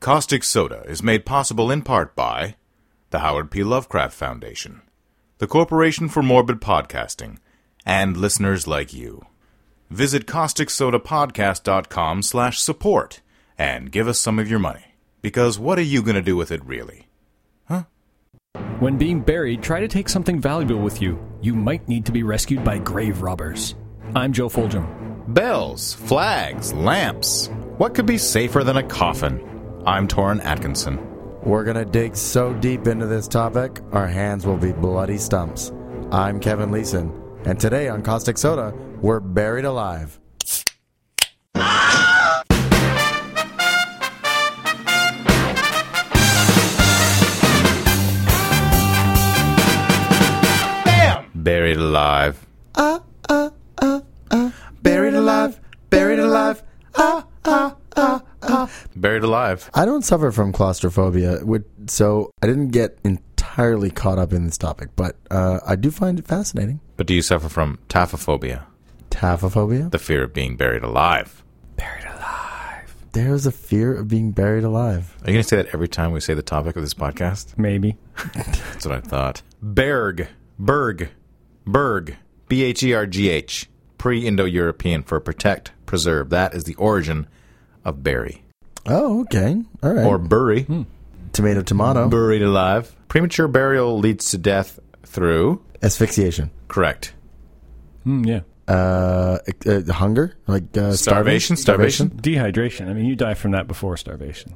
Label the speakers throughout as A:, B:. A: Caustic Soda is made possible in part by the Howard P. Lovecraft Foundation, the Corporation for Morbid Podcasting, and listeners like you. Visit causticsodapodcast.com slash support and give us some of your money. Because what are you going to do with it really?
B: When being buried, try to take something valuable with you. You might need to be rescued by grave robbers. I'm Joe Foljam.
A: Bells, flags, lamps. What could be safer than a coffin? I'm Torrin Atkinson.
C: We're going to dig so deep into this topic, our hands will be bloody stumps. I'm Kevin Leeson, and today on Caustic Soda, we're buried alive.
A: Buried alive.
C: Buried alive, buried alive.
A: Buried alive.
C: I don't suffer from claustrophobia, which, so I didn't get entirely caught up in this topic, but uh, I do find it fascinating.
A: But do you suffer from taphophobia,
C: Taphophobia?
A: the fear of being buried alive?
C: There's a fear of being buried alive.
A: Are you going to say that every time we say the topic of this podcast?
B: Maybe.
A: That's what I thought. Berg. Berg. Berg. B H E R G H. Pre Indo European for protect, preserve. That is the origin of bury.
C: Oh, okay. All right.
A: Or bury.
C: tomato, tomato.
A: Buried alive. Premature burial leads to death through.
C: Asphyxiation.
A: Correct.
B: Mm, yeah.
C: Uh, uh, hunger? Like uh,
A: Starvation, starvation.
B: Dehydration. I mean, you die from that before starvation.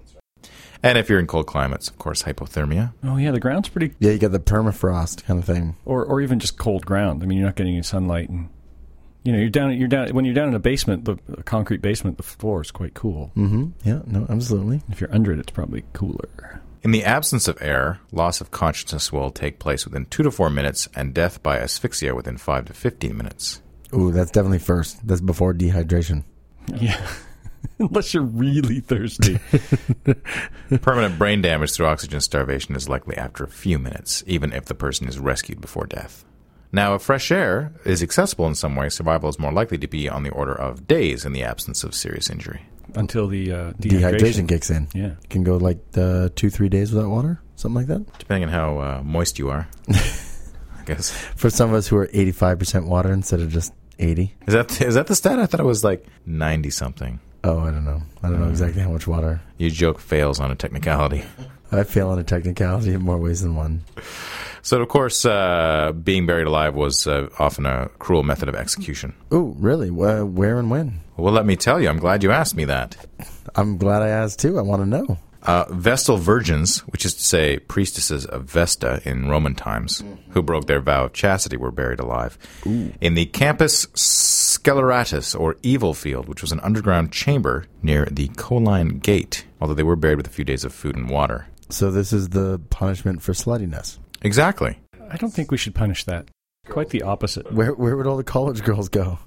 A: And if you're in cold climates, of course, hypothermia.
B: Oh, yeah, the ground's pretty.
C: Yeah, you got the permafrost kind of thing.
B: Or, or even just cold ground. I mean, you're not getting any sunlight. And, you know, you're down, you're down, when you're down in a basement, the a concrete basement, the floor is quite cool.
C: Mm-hmm. Yeah, no, absolutely.
B: If you're under it, it's probably cooler.
A: In the absence of air, loss of consciousness will take place within 2 to 4 minutes and death by asphyxia within 5 to 15 minutes.
C: Ooh, that's definitely first. That's before dehydration.
B: Yeah. Unless you're really thirsty.
A: Permanent brain damage through oxygen starvation is likely after a few minutes, even if the person is rescued before death. Now, if fresh air is accessible in some way, survival is more likely to be on the order of days in the absence of serious injury.
B: until the uh,
C: Dehydration,
B: dehydration.
C: kicks in.
B: Yeah.
C: Can go like uh, two, three days without water, something like that.
A: Depending on how uh, moist you are, I guess.
C: For some of us who are 85% water instead of just 80.
A: Is that, is that the stat? I thought it was like 90 something.
C: Oh, I don't know. I don't know exactly how much water.
A: Your joke fails on a technicality.
C: I fail on a technicality in more ways than one.
A: So, of course, uh, being buried alive was uh, often a cruel method of execution.
C: Ooh, really? Uh, where and when?
A: Well, let me tell you, I'm glad you asked me that.
C: I'm glad I asked too. I want to know.
A: Uh, Vestal virgins, which is to say priestesses of Vesta in Roman times, who broke their vow of chastity, were buried alive in the Campus Sceleratus, or Evil Field, which was an underground chamber near the Coline Gate, although they were buried with a few days of food and water.
C: So this is the punishment for sluttiness.
A: Exactly.
B: I don't think we should punish that. Quite the opposite.
C: Where where would all the college girls go?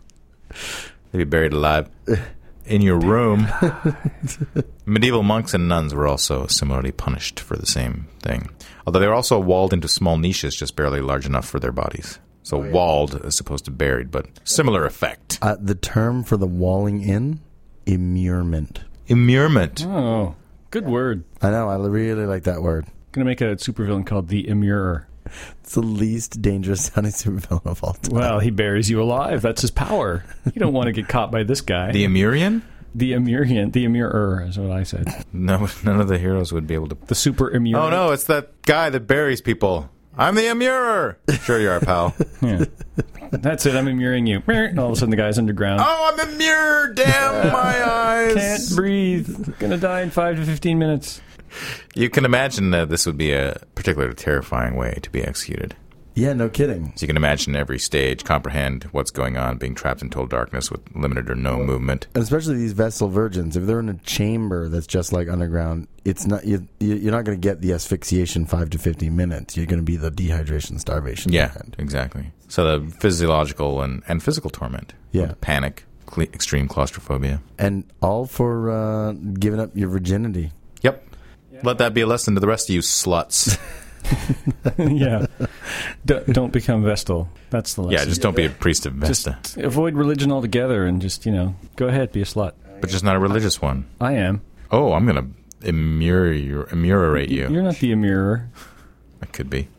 A: They'd be buried alive in your room. Medieval monks and nuns were also similarly punished for the same thing, although they were also walled into small niches just barely large enough for their bodies. So walled as opposed to buried, but similar effect.
C: Uh, the term for the walling in, immurement.
A: Immurement.
B: Oh, good word.
C: I know. I really like that word.
B: Gonna make a supervillain called the Immurer.
C: It's the least dangerous sounding supervillain of all time.
B: Well, he buries you alive. That's his power. You don't want to get caught by this guy.
A: The Immurian?
B: the Immurian, the Immurer is what I said.
A: No, none of the heroes would be able to.
B: The super Immurian.
A: Oh no, it's that guy that buries people. I'm the Immurer. Sure you are, pal.
B: Yeah. That's it. I'm immuring you. And all of a sudden, the guy's underground.
A: oh, I'm Immured. Damn my eyes.
B: Can't breathe. Gonna die in five to fifteen minutes.
A: You can imagine that this would be a particularly terrifying way to be executed.
C: Yeah, no kidding.
A: So you can imagine every stage, comprehend what's going on, being trapped in total darkness with limited or no movement.
C: And especially these vessel virgins, if they're in a chamber that's just like underground, it's not you. you- You're not going to get the asphyxiation five to fifteen minutes. You're going to be the dehydration, starvation.
A: Yeah,
C: kind.
A: exactly. So the physiological and, and physical torment.
C: Yeah.
A: Panic, cle extreme claustrophobia.
C: and all for uh, giving up your virginity.
A: Yep. Let that be a lesson to the rest of you sluts.
B: yeah. D- don't become Vestal. That's the lesson.
A: yeah, just don't be a priest of Vesta,
B: Just avoid religion altogether and just you know go ahead be a slut.
A: but just not a religious one.
B: I am.
A: Oh, I'm going to immure, immurate you.
B: You're not the immurer.
A: It could be.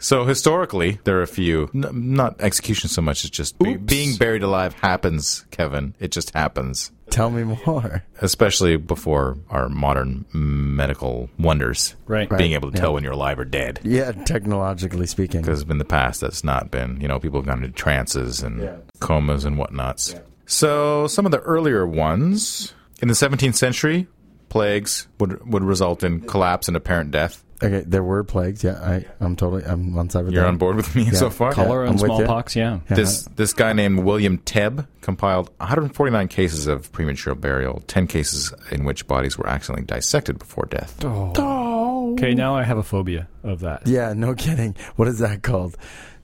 A: So historically, there are a few. N- not execution so much as just be-
C: Oops.
A: being buried alive happens, Kevin. It just happens,
C: Tell me more.
A: especially before our modern medical wonders.
B: Right.
A: Being able to tell when you're alive or dead.
C: Yeah, technologically speaking.
A: Because in the past, that's not been. You know, people have gone into trances and
C: Yeah.
A: comas and whatnots. So some of the earlier ones in the 17th century, plagues would would result in collapse and apparent death.
C: Okay, there were plagues. Yeah, I, I'm totally. I'm on side with
A: You're
C: that.
A: on board with me so far.
B: Cholera
C: I'm
B: and
C: with ya.
B: smallpox, yeah.
C: Uh-huh.
A: This this guy named William Tebb compiled 149 cases of premature burial, 10 cases in which bodies were accidentally dissected before death.
B: Okay, now I have a phobia of that.
C: Yeah, no kidding. What is that called?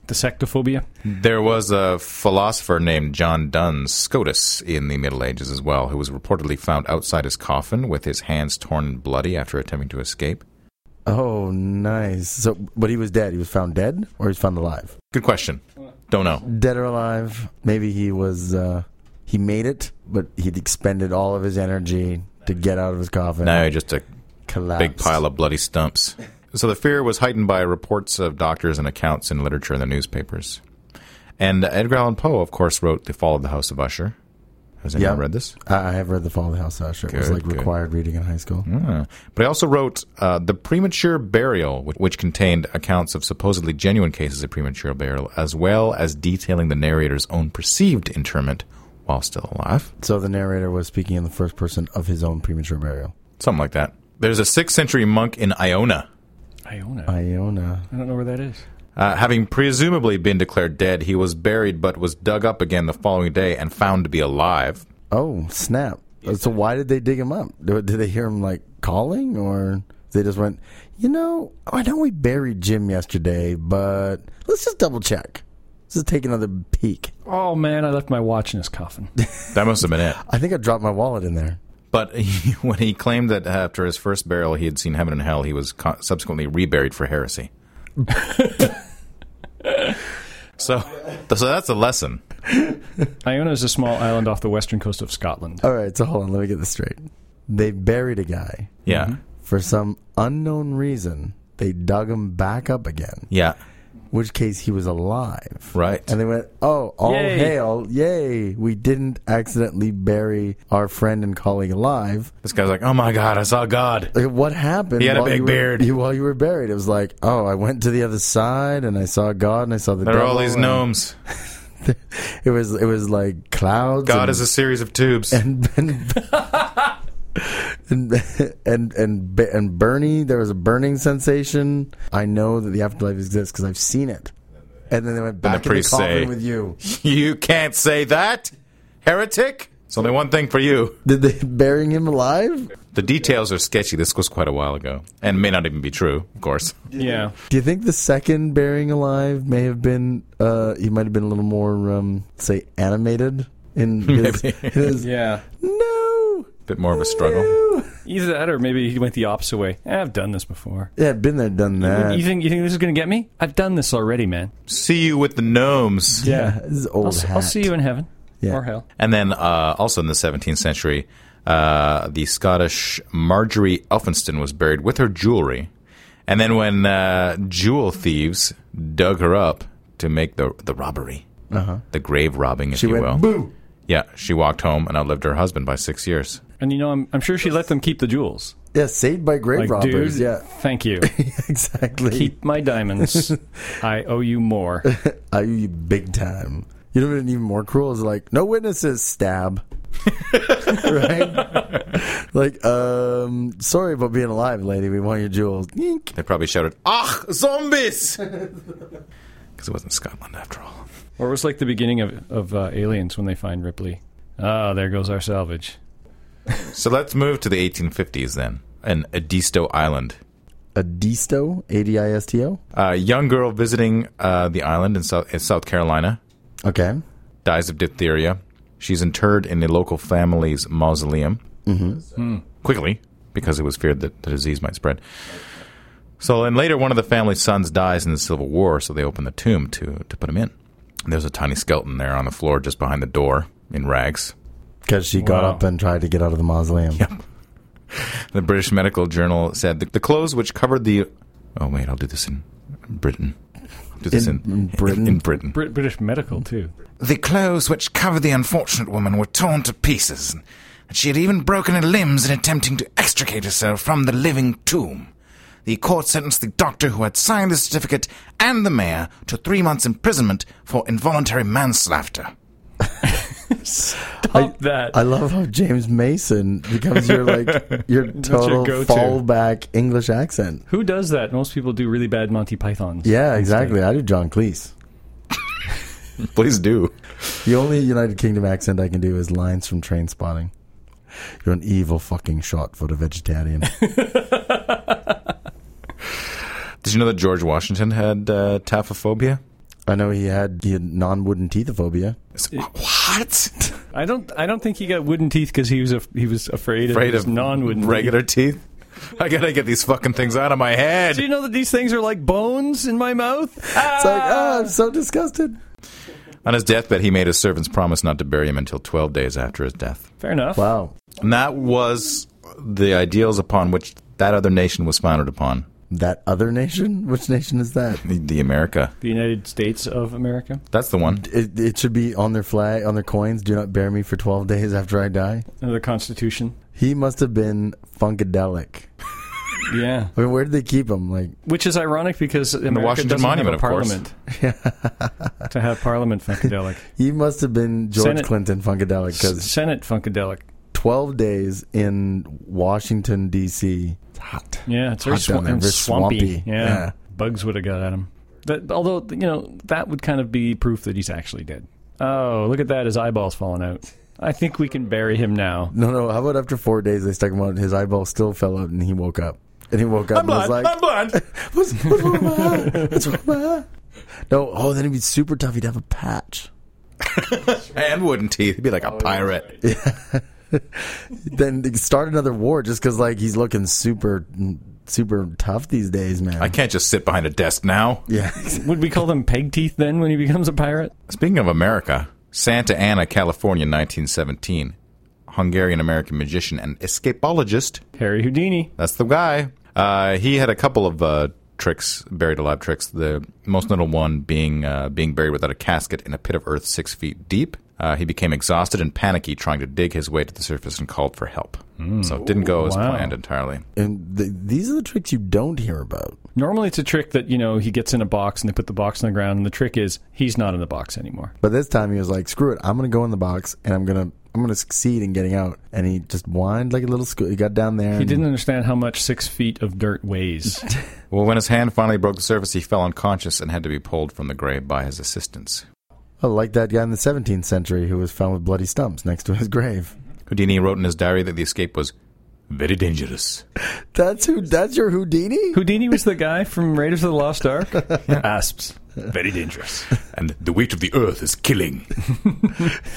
B: Dissectophobia?
A: There was a philosopher named John Duns Scotus in the Middle Ages as well, who was reportedly found outside his coffin with his hands torn and bloody after attempting to escape.
C: Oh, nice. So, but he was dead. He was found dead, or he was found alive.
A: Good question. Don't know.
C: Dead or alive? Maybe he was. Uh, he made it, but he'd expended all of his energy to get out of his coffin.
A: Now you're just a
C: collapsed.
A: big pile of bloody stumps. So the fear was heightened by reports of doctors and accounts in literature and the newspapers. And Edgar Allan Poe, of course, wrote The Fall of the House of Usher. Has anyone
C: Yeah.
A: read this?
C: I I have read The Fall of the House Usher. It was
A: Good,
C: like
A: good.
C: required reading in high school.
A: Ah. But he also wrote uh, The Premature Burial, which, which contained accounts of supposedly genuine cases of premature burial, as well as detailing the narrator's own perceived interment while still alive.
C: So the narrator was speaking in the first person of his own premature burial.
A: Something like that. There's a 6th century monk in Iona
B: I own it. I
C: Iona.
B: don't know where that is.
A: Uh, having presumably been declared dead, he was buried but was dug up again the following day and found to be alive.
C: Oh, snap. So why did they dig him up? Did did they hear him like calling or they just went, you know, I know we buried Jim yesterday, but let's just double check. Let's just take another peek.
B: Oh man, I left my watch in his coffin.
A: That must have been it.
C: I think I dropped my wallet in there.
A: But he, when he claimed that after his first burial he had seen heaven and hell, he was co- subsequently reburied for heresy. so, so that's a lesson.
B: Iona is a small island off the western coast of Scotland.
C: All right, so hold on. Let me get this straight. They buried a guy.
A: Yeah,
C: For some unknown reason, they dug him back up again,
A: yeah,
C: which case he was alive.
A: right.
C: And they went, oh, all
B: Yay.
C: hail, yay. We didn't accidentally bury our friend and colleague alive.
A: this guy's like, "Oh my God, I saw God."
C: Like, what happened?
A: He had a
C: while
A: big
C: you were-
A: beard.
C: you- while you were buried, it was like, oh, I went to the other side and I saw God and I saw the
A: There are all
C: devil,
A: these
C: and
A: gnomes.
C: It was it was like clouds.
A: God
C: and,
A: is a series of tubes.
C: and and and and, and, Be- and Bernie. There was a burning sensation. I know that the afterlife exists because I've seen it. And then they went back in the
A: priests
C: coffin
A: say-
C: with you.
A: you can't say that, heretic. It's only one thing for you.
C: Did they burying him alive?
A: The details are sketchy. This was quite a while ago and may not even be true, of course.
B: Yeah.
C: Do you think the second burying alive may have been? Uh, he might have been a little more, um, say, animated in his.
A: Maybe.
C: his
B: Yeah.
C: No.
A: Bit more of a struggle.
B: Either that or maybe he went the opposite way. Eh, I've done this before.
C: Yeah, been there, done that.
B: You think you think this is gonna get me? I've done this already, man.
A: See you with the gnomes.
C: yeah, this is old
B: I'll, s- I'll
C: hat.
B: see you in heaven.
C: Yeah.
B: Or hell.
A: And then uh, also in the 17th century, uh, the Scottish Marjorie Elphinston was buried with her jewelry. And then when uh, jewel thieves dug her up to make the, the robbery, uh-huh. the grave robbing, if
C: She
A: you
C: went
A: will.
C: boo.
A: Yeah, she walked home and outlived her husband by six years.
B: And you know, I'm, I'm sure she let them keep the jewels.
C: Yeah, saved by grave
B: Like,
C: robbers.
B: dude,
C: Yeah,
B: thank you.
C: exactly.
B: Keep my diamonds. I owe you more.
C: I owe you big time. You know what? Even more cruel is like no witnesses. Stab. right? like, um, sorry about being alive, lady. We want your jewels. Yeek.
A: They probably shouted, Ach, zombies! Because it wasn't Scotland after all.
B: Or it was like the beginning of, of uh, Aliens when they find Ripley. Ah, there goes our salvage.
A: So let's move to the 1850s then, in Edisto Island.
C: Adisto, A D I S T O.
A: A young girl visiting uh, the island in South, in South Carolina
C: Okay.
A: dies of diphtheria. She's interred in the local family's mausoleum Hmm. quickly because it was feared that the disease might spread. So, and later, one of the family's sons dies in the Civil War, so they open the tomb to, to put him in. And there's a tiny skeleton there on the floor just behind the door in rags.
C: Because she got
B: Wow.
C: up and tried to get out of the mausoleum.
A: Yep. The British Medical Journal said that the clothes which covered the. Oh wait, I'll do this in Britain. I'll do this in,
C: In- in Britain?
A: In Britain.
B: Brit- British medical too.
A: The clothes which covered the unfortunate woman were torn to pieces, and she had even broken her limbs in attempting to extricate herself from the living tomb. The court sentenced the doctor who had signed the certificate and the mayor to three months' imprisonment for involuntary manslaughter.
B: Top that.
C: I love how James Mason becomes your like your total
B: go-to.
C: fallback English accent.
B: Who does that? Most people do really bad Monty Pythons.
C: Yeah, exactly. I do John Cleese.
A: Please do.
C: The only United Kingdom accent I can do is lines from Train Spotting. You're an evil fucking shot for the vegetarian.
A: Did you know that George Washington had uh, taphophobia?
C: I know he had, he had non wooden teethophobia.
A: What?
B: I don't. I don't think he got wooden teeth because he was af- he was afraid,
A: Afraid
B: his
A: of
B: non-wooden teeth.
A: regular teeth? I gotta get these fucking things out of my head.
B: Do you know that these things are like bones in my mouth?
C: It's like, oh, I'm so disgusted.
A: On his deathbed, he made his servants promise not to bury him until 12 days after his death.
B: Fair enough.
C: Wow.
A: And that was the ideals upon which that other nation was founded upon
C: That other nation? Which nation is that?
A: the, the America.
B: The United States of America.
A: That's the one.
C: It, it should be on their flag, on their coins. Do not bury me for 12 days after I die.
B: Another uh, Constitution.
C: He must have been funkadelic.
B: Yeah.
C: I mean, where did they keep him? Like,
B: Which is ironic because America
A: Washington
B: doesn't
A: Monument,
B: have
A: of
B: a
A: course.
B: parliament. to have Parliament Funkadelic.
C: he must have been George
B: Senate-
C: Clinton funkadelic because
B: Senate Funkadelic.
C: 12 days in Washington, D.C. It's hot.
B: Yeah, it's very
C: Hot down
B: swa-
C: there,
B: and
C: very
B: swampy.
C: swampy.
B: Yeah.
C: Yeah.
B: bugs would have got at him. That, although you know that would kind of be proof that he's actually dead. Oh, look at that! His eyeballs falling out. I think we can bury him now.
C: No, no. How about after four days they stuck him out and his eyeball still fell out and he woke up. And he woke up and was like,
A: blind.
C: what's, what's wrong with my eye? What's wrong with my eye? No, oh, then it'd be super tough. He'd have a patch.
A: and wooden teeth. He'd be like a pirate.
C: Then they start another war just because, like, he's looking super, super tough these days, man.
A: I can't just sit behind a desk now.
C: yeah.
B: Would we call them peg teeth then when he becomes a pirate?
A: Speaking of America, Santa Ana, California, 1917. Hungarian American magician and escapologist.
B: Harry Houdini.
A: That's the guy. Uh, he had a couple of uh, tricks, buried alive tricks. The most notable one being uh, being buried without a casket in a pit of earth six feet deep. Uh, he became exhausted and panicky trying to dig his way to the surface and called for help. So it didn't go as
B: Wow.
A: planned entirely.
C: And th these are the tricks you don't hear about.
B: Normally, it's a trick that you know he gets in a box and they put the box on the ground, and the trick is he's not in the box anymore.
C: But this time he was like, "Screw it! I'm gonna go in the box and I'm gonna I'm gonna succeed in getting out." And he just whined like a little school. He got down there.
B: He
C: and-
B: didn't understand how much six feet of dirt weighs.
A: Well, when his hand finally broke the surface, he fell unconscious and had to be pulled from the grave by his assistants.
C: Oh, like that guy in the 17th century who was found with bloody stumps next to his grave.
A: Houdini wrote in his diary that the escape was very dangerous.
C: That's who. That's your Houdini.
B: Houdini was the guy from Raiders of the Lost Ark. Asps.
A: Very dangerous. and the weight of the earth is killing.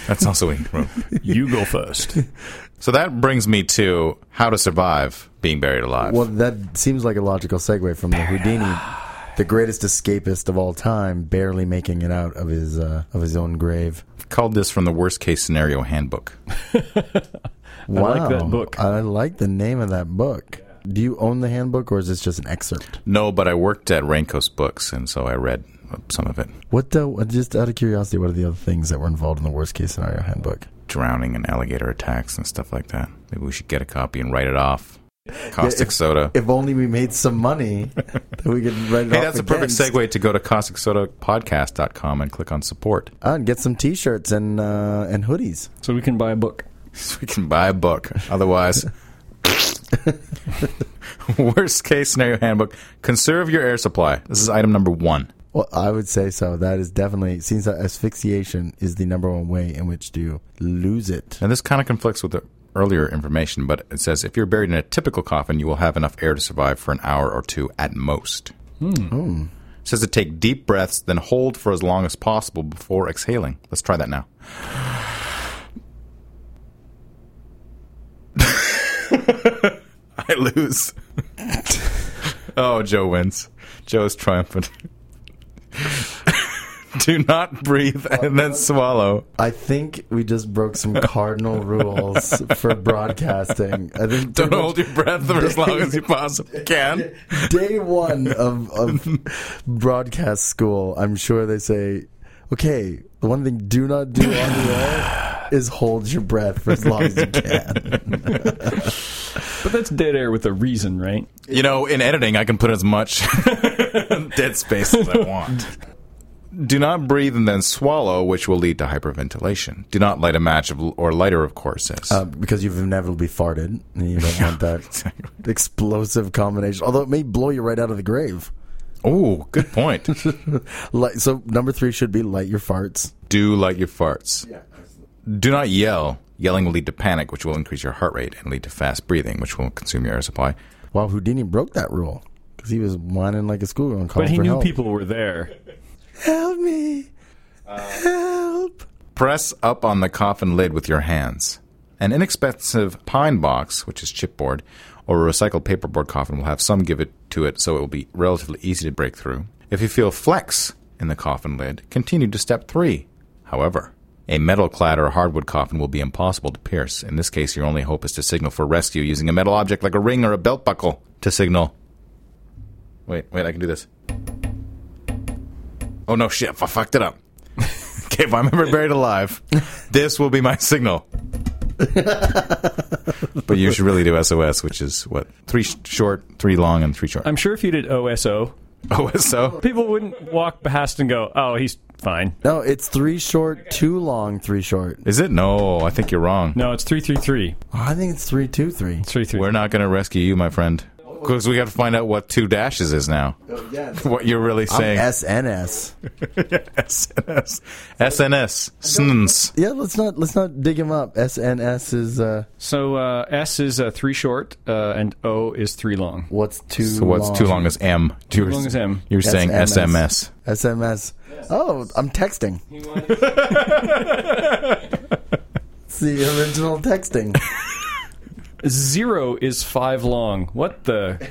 A: That's also in Rome.
B: You go first.
A: So that brings me to how to survive being buried alive.
C: Well, that seems like a logical segue from the Houdini, the greatest escapist of all time, barely making it out of his uh, of his own grave.
A: I've called this from the worst case scenario handbook.
C: Wow.
B: like that book.
C: I like the name of that book. Do you own the handbook, or is this just an excerpt?
A: No, but I worked at Rankos Books, and so I read some of it.
C: What the, uh, just out of curiosity, what are the other things that were involved in the worst case scenario handbook?
A: Drowning and alligator attacks and stuff like that. Maybe we should get a copy and write it off. Caustic soda.
C: If only we made some money that we could write it
A: hey,
C: off
A: that's a perfect
C: against.
A: segue to go to causticsodapodcast.com and click on support.
C: Ah, and get some T-shirts and uh, and hoodies.
B: So we can buy a book.
A: So we can buy a book. Otherwise, worst case scenario handbook conserve your air supply. This is item number one.
C: Well, I would say so. That is definitely seems that asphyxiation is the number one way in which to lose it.
A: And this kind of conflicts with the earlier information, but it says if you're buried in a typical coffin, you will have enough air to survive for an hour or two at most. It says to take deep breaths, then hold for as long as possible before exhaling. Let's try that now. I lose. oh, Joe wins. Joe is triumphant. Do not breathe and then swallow.
C: I think we just broke some cardinal rules for broadcasting. I
A: Don't
C: think pretty
A: hold your breath for as long as you possibly can.
C: much day one of, of broadcast school, I'm sure they say, okay, the one thing do not do on the air is hold your breath for as long as you can.
B: But that's dead air with a reason, right?
A: You know, in editing, I can put as much dead space as I want. Do not breathe and then swallow, which will lead to hyperventilation. Do not light a match of, or lighter of courses.
C: Uh, because you've inevitably farted and you don't want that explosive combination. Although it may blow you right out of the grave.
A: oh, good point.
C: Like, so number three should be light your farts.
A: Do light your farts. Do not yell. Yelling will lead to panic, which will increase your heart rate and lead to fast breathing, which will consume your air supply.
C: Wow, Houdini broke that rule because he was whining like a schoolgirl and calling
B: But he
C: for
B: knew
C: help.
B: people were there.
C: Help me! help!
A: Press up on the coffin lid with your hands. An inexpensive pine box, which is chipboard, or a recycled paperboard coffin will have some give it to it so it will be relatively easy to break through. If you feel flex in the coffin lid, continue to step three. However, a metal clad or hardwood coffin will be impossible to pierce. In this case, your only hope is to signal for rescue using a metal object like a ring or a belt buckle to signal. Wait, wait, I can do this. Oh no, shit, I fucked it up. Okay, if I'm ever buried alive, this will be my signal. but you should really do SOS, which is what three sh- short, three long, and three short. Oh,
B: I'm sure if you did OSO,
A: OSO.
B: people wouldn't walk past and go, "Oh, he's fine."
C: No, it's three short, two long, three short.
A: Is it? No, I think you're wrong.
B: No, it's three three three.
C: Oh, I think it's three, two, three.
B: It's three three.
A: We're not going to rescue you, my friend, because we got to find out what two dashes is now. What you're really
C: I'm
A: saying?
C: SNS.
A: SNS, SNS, SNNS.
C: Yeah, let's not let's not dig him up. SNS is uh,
B: So uh, S is uh, three short, uh, and O is three long.
C: what's too.
A: So what's too long is M. Too
B: long is M.
A: You're saying
C: SMS.
A: SMS.
C: SMS. Oh, I'm texting. it's the original texting.
B: Zero is five long. What the?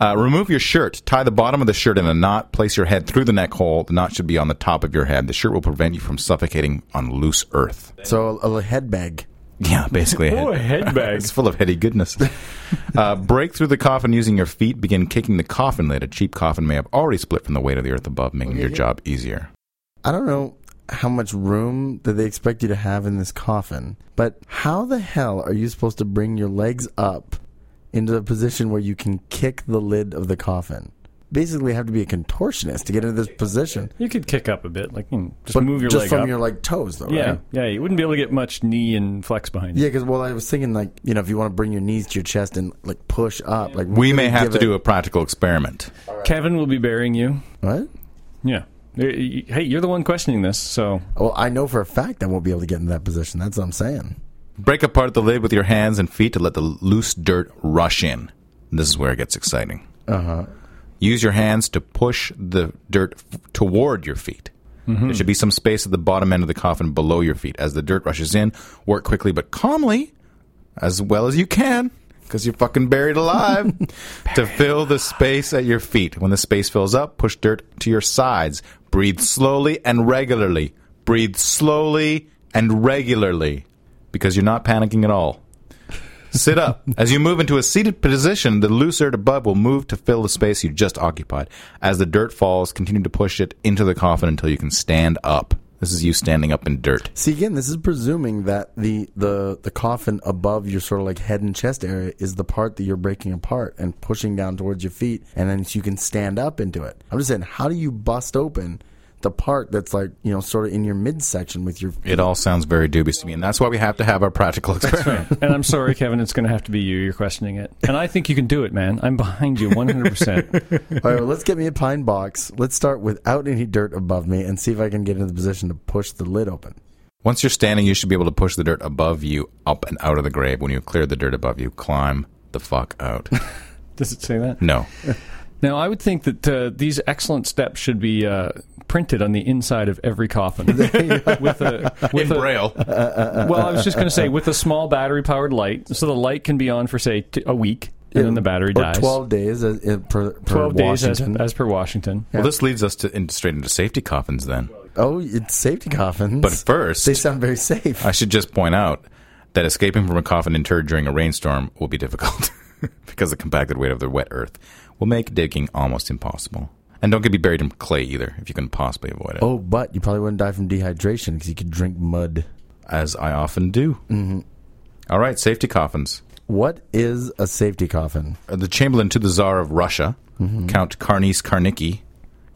A: Uh, remove your shirt. Tie the bottom of the shirt in a knot. Place your head through the neck hole. The knot should be on the top of your head. The shirt will prevent you from suffocating on loose earth.
C: So a, a head bag.
A: Yeah, basically.
B: Oh, a head bag.
A: it's full of heady goodness. uh, break through the coffin using your feet. Begin kicking the coffin lid. A cheap coffin may have already split from the weight of the earth above, making your job easier.
C: I don't know how much room that they expect you to have in this coffin, but how the hell are you supposed to bring your legs up into a position where you can kick the lid of the coffin? Basically, you have to be a contortionist to get into this position.
B: You could kick up a bit, like you know, just
C: But
B: move your
C: just
B: leg
C: from
B: up.
C: your like toes, though,
B: yeah,
C: right?
B: yeah. You wouldn't be able to get much knee and flex behind.
C: Yeah,
B: you.
C: because well, I was thinking like you know if you want to bring your knees to your chest and like push up, like
A: We may have
C: give
A: to
C: it-
A: do a practical experiment.
B: Kevin will be burying you.
C: what?
B: Yeah. Hey, you're the one questioning this, so
C: Well, I know for a fact I won't be able to get in that position. That's what I'm saying.
A: Break apart the lid with your hands and feet to let the loose dirt rush in. This is where it gets exciting.
C: Uh huh.
A: Use your hands to push the dirt f- toward your feet. There should be some space at the bottom end of the coffin below your feet. As the dirt rushes in, work quickly but calmly, as well as you can, because you're fucking buried alive, to fill the space at your feet. When the space fills up, push dirt to your sides. Breathe slowly and regularly. Breathe slowly and regularly, because you're not panicking at all. Sit up. As you move into a seated position, the loose dirt above will move to fill the space you just occupied. As the dirt falls, continue to push it into the coffin until you can stand up. This is you standing up in dirt.
C: See again, this is presuming that the the the coffin above your sort of like head and chest area is the part that you're breaking apart and pushing down towards your feet, and then you can stand up into it. I'm just saying, how do you bust open the part that's like you know sort of in your midsection with your
A: It all sounds very dubious to me, and that's why we have to have our practical experiment.
B: And I'm sorry, Kevin, it's going to have to be you. You're questioning it. And I think you can do it, man. I'm behind you 100%.
C: All right, well, let's get me a pine box. Let's start without any dirt above me and see if I can get into the position to push the lid open.
A: Once you're standing, you should be able to push the dirt above you up and out of the grave. When you clear the dirt above you, climb the fuck out.
B: Does it say that?
A: No.
B: Now, I would think that uh, these excellent steps should be uh, printed on the inside of every coffin. with a,
A: In
B: with a,
A: braille.
B: well, I was just going to say, with a small battery powered light. So the light can be on for, say, t- a week. and then the battery
C: or
B: dies.
C: Twelve days as, in- per, per
B: 12 days uh, as,
C: Washington.
B: as per Washington.
A: Well, this leads us to in, straight into safety coffins then.
C: oh, it's safety coffins.
A: But first,
C: they sound very safe.
A: I should just point out that escaping from a coffin interred during a rainstorm will be difficult because the compacted weight of the wet earth will make digging almost impossible. And don't get be buried in clay either if you can possibly avoid it,
C: oh, but you probably wouldn't die from dehydration because you could drink mud.
A: as I often do. Mm-hmm. right, safety coffins.
C: What is a safety coffin?
A: Uh, The Chamberlain to the Tsar of Russia, Count Carnes Karnicki.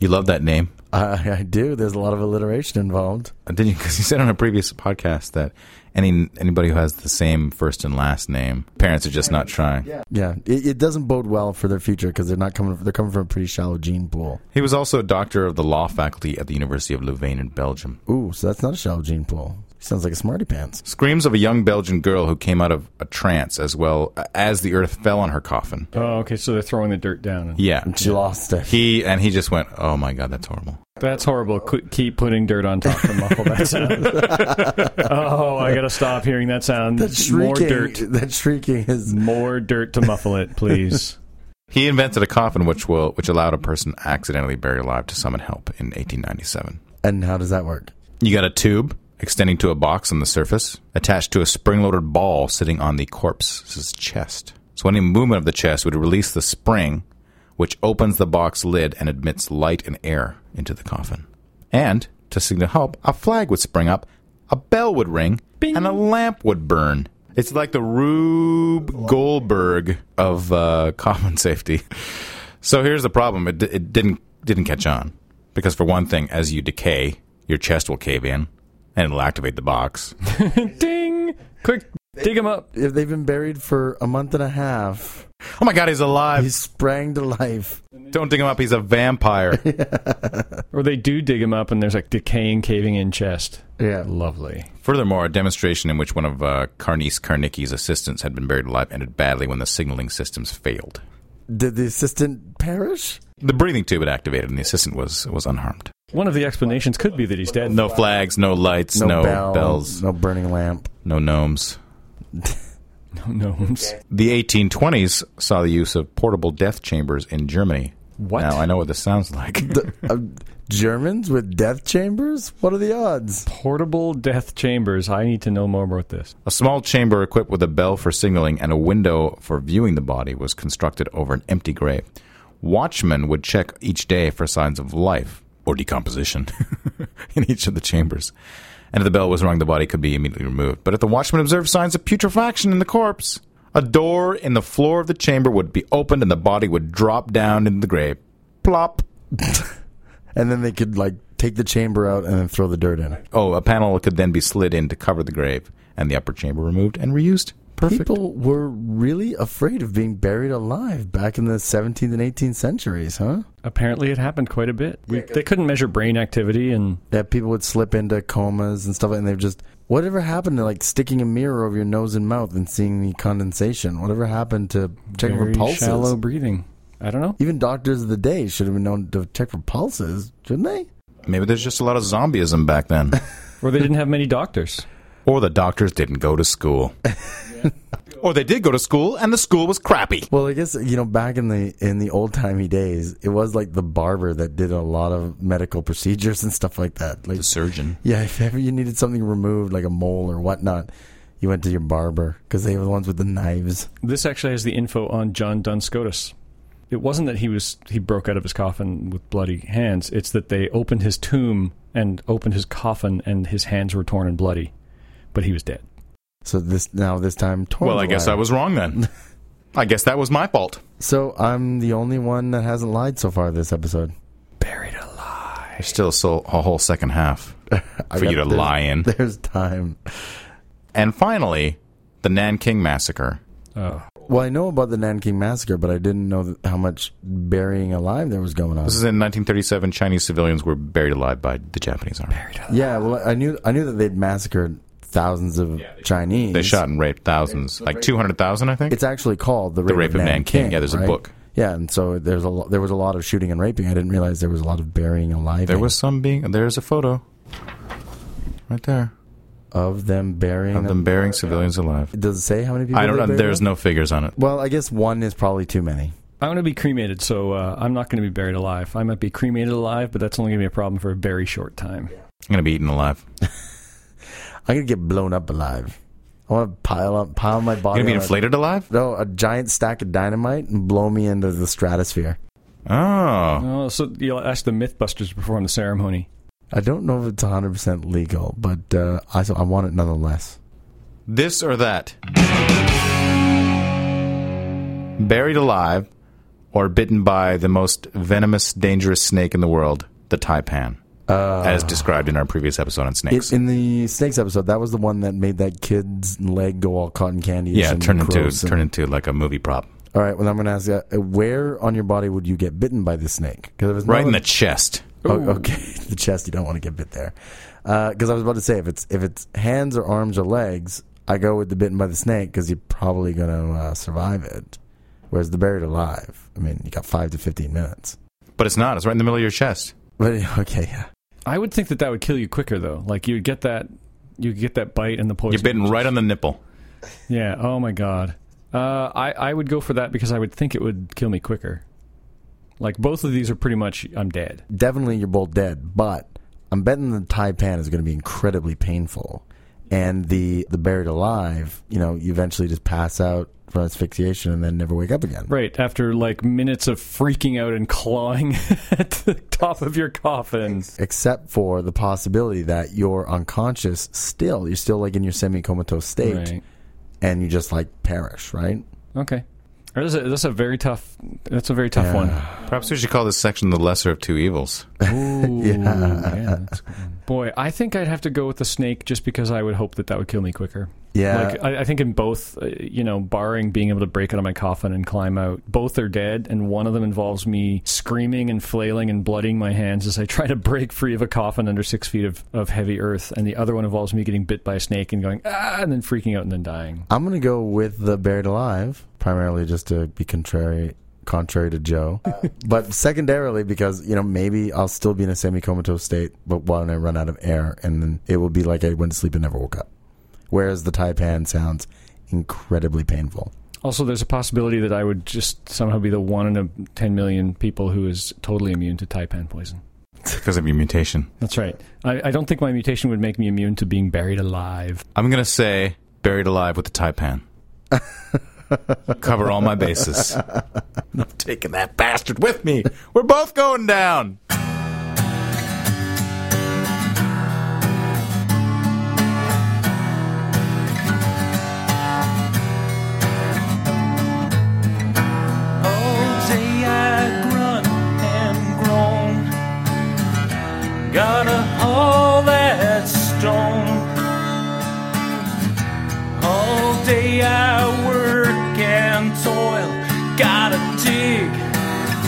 A: You love that name,
C: I, I do. There's a lot of alliteration involved.
A: Uh, didn't you? Because you said on a previous podcast that any anybody who has the same first and last name, parents are just not trying.
C: Yeah, it, it doesn't bode well for their future because they're not coming. They're coming from a pretty shallow gene pool.
A: He was also a doctor of the law faculty at the University of Louvain in Belgium.
C: Ooh, so that's not a shallow gene pool. Sounds like a smarty pants.
A: Screams of a young Belgian girl who came out of a trance as well as the earth fell on her coffin.
B: Oh, okay. So they're throwing the dirt down. And
A: Yeah.
C: She lost it.
A: He and he just went, "Oh my god, that's horrible."
B: That's horrible. Qu- keep putting dirt on top to muffle that sound. oh, I gotta stop hearing that sound.
C: That shrieking,
B: More dirt.
C: That shrieking is.
B: More dirt to muffle it, please.
A: He invented a coffin which will which allowed a person accidentally buried alive to summon help in 1897.
C: And how does that work?
A: You got a tube extending to a box on the surface, attached to a spring-loaded ball sitting on the corpse's chest. So any movement of the chest would release the spring, which opens the box lid and admits light and air into the coffin. And to signal help, a flag would spring up, a bell would ring, and a lamp would burn. It's like the Rube Goldberg of uh, coffin safety. So here's the problem: it, it didn't didn't catch on because for one thing, as you decay, your chest will cave in, and it'll activate the box.
B: Ding! Quick, dig him up.
C: If they've been buried for a month and a half,
A: Oh my God, he's alive!
C: he sprang to life.
A: Don't dig him up. He's a vampire.
B: Or they do dig him up, and there's like decaying, caving in chest.
C: Yeah.
B: Lovely.
A: Furthermore, a demonstration in which one of uh, Carnice Carnicki's assistants had been buried alive ended badly when the signaling systems failed.
C: Did the assistant perish?
A: The breathing tube had activated, and the assistant was was unharmed.
B: One of the explanations could be that he's dead.
A: No flags, no lights, no,
C: bell,
A: bells,
C: No burning lamp.
A: no gnomes.
B: No gnomes.
A: The 1820s saw the use of portable death chambers in Germany.
B: What?
A: Now I know what this sounds like.
C: The- uh, Germans with death chambers? What are the odds?
B: Portable death chambers. I need to know more about this.
A: A small chamber equipped with a bell for signaling and a window for viewing the body was constructed over an empty grave. Watchmen would check each day for signs of life or decomposition in each of the chambers. And if the bell was rung, the body could be immediately removed. But if the watchman observed signs of putrefaction in the corpse, a door in the floor of the chamber would be opened and the body would drop down into the grave. Plop.
C: And then they could like take the chamber out and then throw the dirt in.
A: Oh, a panel could then be slid in to cover the grave and the upper chamber removed and reused. Perfect.
C: People were really afraid of being buried alive back in the 17th and 18th centuries, huh?
B: Apparently, it happened quite a bit. We, they couldn't measure brain activity, and
C: That people would slip into comas and stuff, and they've just whatever happened to like sticking a mirror over your nose and mouth and seeing the condensation. Whatever happened to checking
B: very
C: for pulses?
B: shallow breathing. I don't know.
C: Even doctors of the day should have been known to check for pulses, shouldn't they?
A: Maybe there's just a lot of zombieism back then.
B: Or they didn't have many doctors.
A: or the doctors didn't go to school. or they did go to school and the school was crappy.
C: Well, I guess you know back in the in the old timey days, it was like the barber that did a lot of medical procedures and stuff like that. Like,
A: surgeon.
C: yeah, if ever you needed something removed, like a mole or whatnot, you went to your barber because they were the ones with the knives.
B: This actually has the info on John Duns Scotus. It wasn't that he was he broke out of his coffin with bloody hands. It's that they opened his tomb and opened his coffin, and his hands were torn and bloody, but he was dead.
C: So this now this time, torn
A: Well, I guess I was wrong then. I guess that was my fault.
C: So I'm the only one that hasn't lied so far this episode.
B: Buried alive.
A: There's still a, so- a whole second half
C: I
A: for
C: got-
A: you to
C: there's-
A: lie in.
C: There's time.
A: And finally, the Nanking Massacre.
B: Oh.
C: Well, I know about the Nanking massacre, but I didn't know th- how much burying alive there was going on.
A: This is in 1937. Chinese civilians were buried alive by the Japanese army.
C: Yeah, well, I knew I knew that they'd massacred thousands of Chinese.
A: They shot and raped thousands, like 200,000, I think.
C: It's actually called the Rape,
A: The Rape of Nanking. Yeah, there's a
C: right?
A: book.
C: Yeah, and so there's a lo- there was a lot of shooting and raping. I didn't realize there was a lot of burying alive.
A: There was some being. There's a photo. Right there.
C: of them burying
A: Of them burying civilians alive.
C: Does it say how many people?
A: I don't
C: they
A: know.
C: buried
A: There's
C: alive?
A: no figures on it.
C: Well, I guess one is probably too many.
B: I'm going to be cremated, so uh, I'm not going to be buried alive. I might be cremated alive, but that's only going to be a problem for a very short time.
A: I'm gonna be eaten alive.
C: I'm gonna get blown up alive. I want to pile up, pile my
A: You
C: body.
A: gonna be
C: on a-
A: inflated alive?
C: No, a giant stack of dynamite and blow me into the stratosphere.
A: Oh,
B: Oh, so you'll ask the MythBusters to perform the ceremony.
C: I don't know if it's 100% legal, but uh, I, so I want it nonetheless.
A: this or that. Buried alive, or bitten by the most venomous, dangerous snake in the world, the taipan, as described in our previous episode on snakes.
C: Uh. It, in the snakes episode, that was the one that made that kid's leg go all cotton candy.
A: yeah,
C: and
A: turn into
C: crows and-
A: turn into like a movie prop.
C: All right, well, I'm going to ask you, uh, where on your body would you get bitten by this snake? Because if it's
A: Right in the
C: not-
A: chest.
C: Oh, okay, the chest. You don't want to get bit there. Because I was about to say, if it's if it's hands or arms or legs, I go with the bitten by the snake because you're probably going to uh, survive it. Whereas the buried alive, I mean, you got five to fifteen minutes.
A: But it's not. It's right in the middle of your chest.
C: But okay, yeah.
B: I would think that that would kill you quicker, though. Like you'd get that, you get that bite and the poison.
A: You're bitten right on the nipple.
B: Yeah. Oh my god. Uh, I I would go for that because I would think it would kill me quicker. Like both of these are pretty much I'm dead.
C: definitely you're both dead, but I'm betting the taipan is going to be incredibly painful. And the the buried alive, you know, you eventually just pass out from asphyxiation and then never wake up again.
B: Right after like minutes of freaking out and clawing at the top of your coffin.
C: Except for the possibility that you're unconscious still. You're still like in your semi comatose state
B: Right.
C: and you just like perish, right?
B: Okay. That's a, that's a very tough. That's a very tough
A: Perhaps we should call this section the lesser of two evils.
B: one. Ooh, yeah. that's a good one. Boy, I think I'd have to go with the snake just because I would hope that that would kill me quicker.
C: Yeah.
B: Like I, I think in both, uh, you know, barring being able to break out of my coffin and climb out, both are dead, and one of them involves me screaming and flailing and bloodying my hands as I try to break free of a coffin under six feet of, of heavy earth, and the other one involves me getting bit by a snake and going ah, and then freaking out and then dying.
C: I'm going to go with the buried alive, primarily just to be contrary contrary to Joe, but secondarily because you know maybe I'll still be in a semi comatose state, but why don't I run out of air and then it will be like I went to sleep and never woke up. Whereas the taipan sounds incredibly painful.
B: Also, there's a possibility that I would just somehow be the one in a ten million people who is totally immune to taipan poison.
A: because of your mutation.
B: That's right. I, I don't think my mutation would make me immune to being buried alive.
A: I'm going to say buried alive with the taipan. Cover all my bases. I'm taking that bastard with me. We're both going down.
D: All day Oh, I grunt and groan. Gotta haul that stone. All day I work and toil. Gotta dig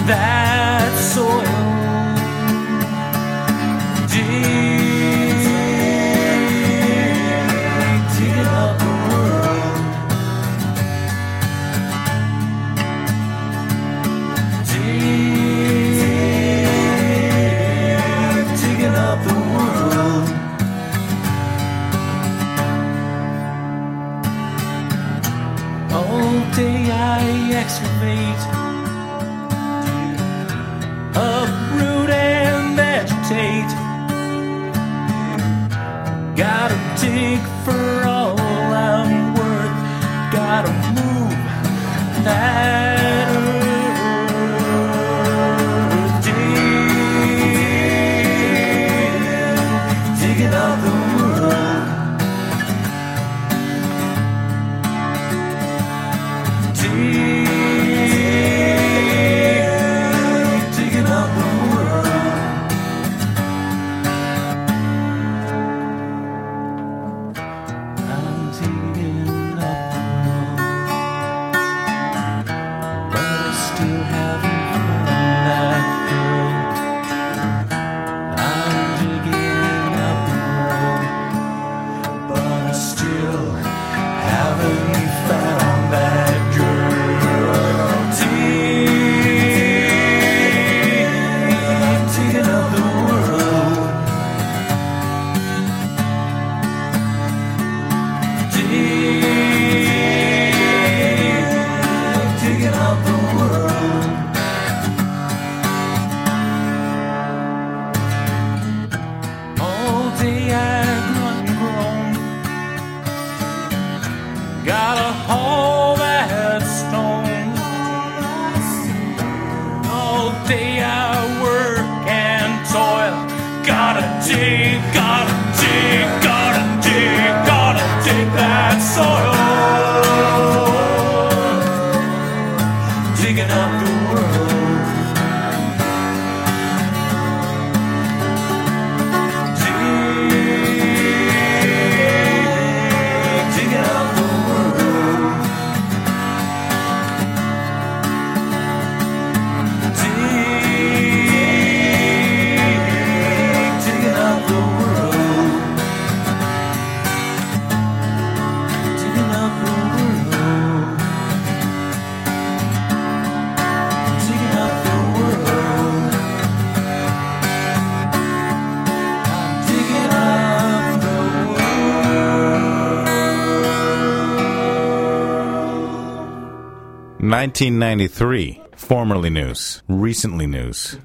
D: that soil. Dig, digging up the world. Digging up the world. All day I excavate, uproot and vegetate. Gotta dig for all I'm worth. Gotta move that earth. Dig, digging out the world. Dig, digging out the world. I world. All day I've run and grown. Gotta haul that stone. All day I work and toil. Gotta dig, gotta dig, gotta dig, gotta dig that soil. Digging up the world. Digging up the world. Dig- digging up the world. Digging up the world. Digging up the world. I'm digging up the world.
A: 1993. Formerly news. Recently news.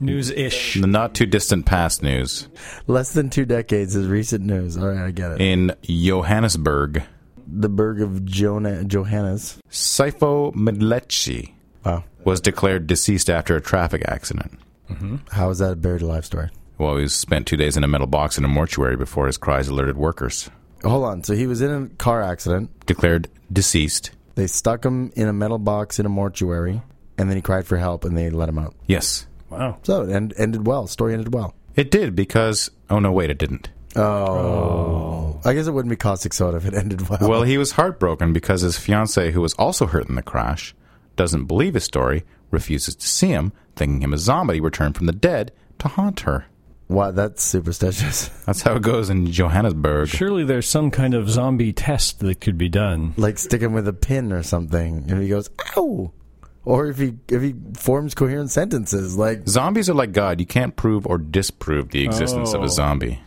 B: News ish.
A: The not too distant past news.
C: Less than two decades is recent news. All right, I get it.
A: In Johannesburg,
C: The Burg of Jonah, Johannes.
A: Sifo Mdletshe
C: Wow.
A: was declared deceased after a traffic accident.
C: How is that a buried alive story?
A: Well, he spent two days in a metal box in a mortuary before his cries alerted workers.
C: Hold on. So he was in a car accident.
A: Declared deceased.
C: They stuck him in a metal box in a mortuary, and then he cried for help, and they let him out.
A: Yes.
B: Wow.
C: So it end, ended well. Story ended well.
A: It did because. Oh, no, wait, it didn't.
C: Oh. I guess it wouldn't be caustic soda if it ended well.
A: Well, he was heartbroken because his fiancee, who was also hurt in the crash, doesn't believe his story, refuses to see him, thinking him a zombie returned from the dead to haunt her.
C: wow, that's superstitious.
A: That's how it goes in Johannesburg.
B: Surely there's some kind of zombie test that could be done.
C: like stick him with a pin or something, if he goes ow, or if he if he forms coherent sentences, like
A: Zombies are like God. You can't prove or disprove the existence of
B: Oh.
A: a zombie.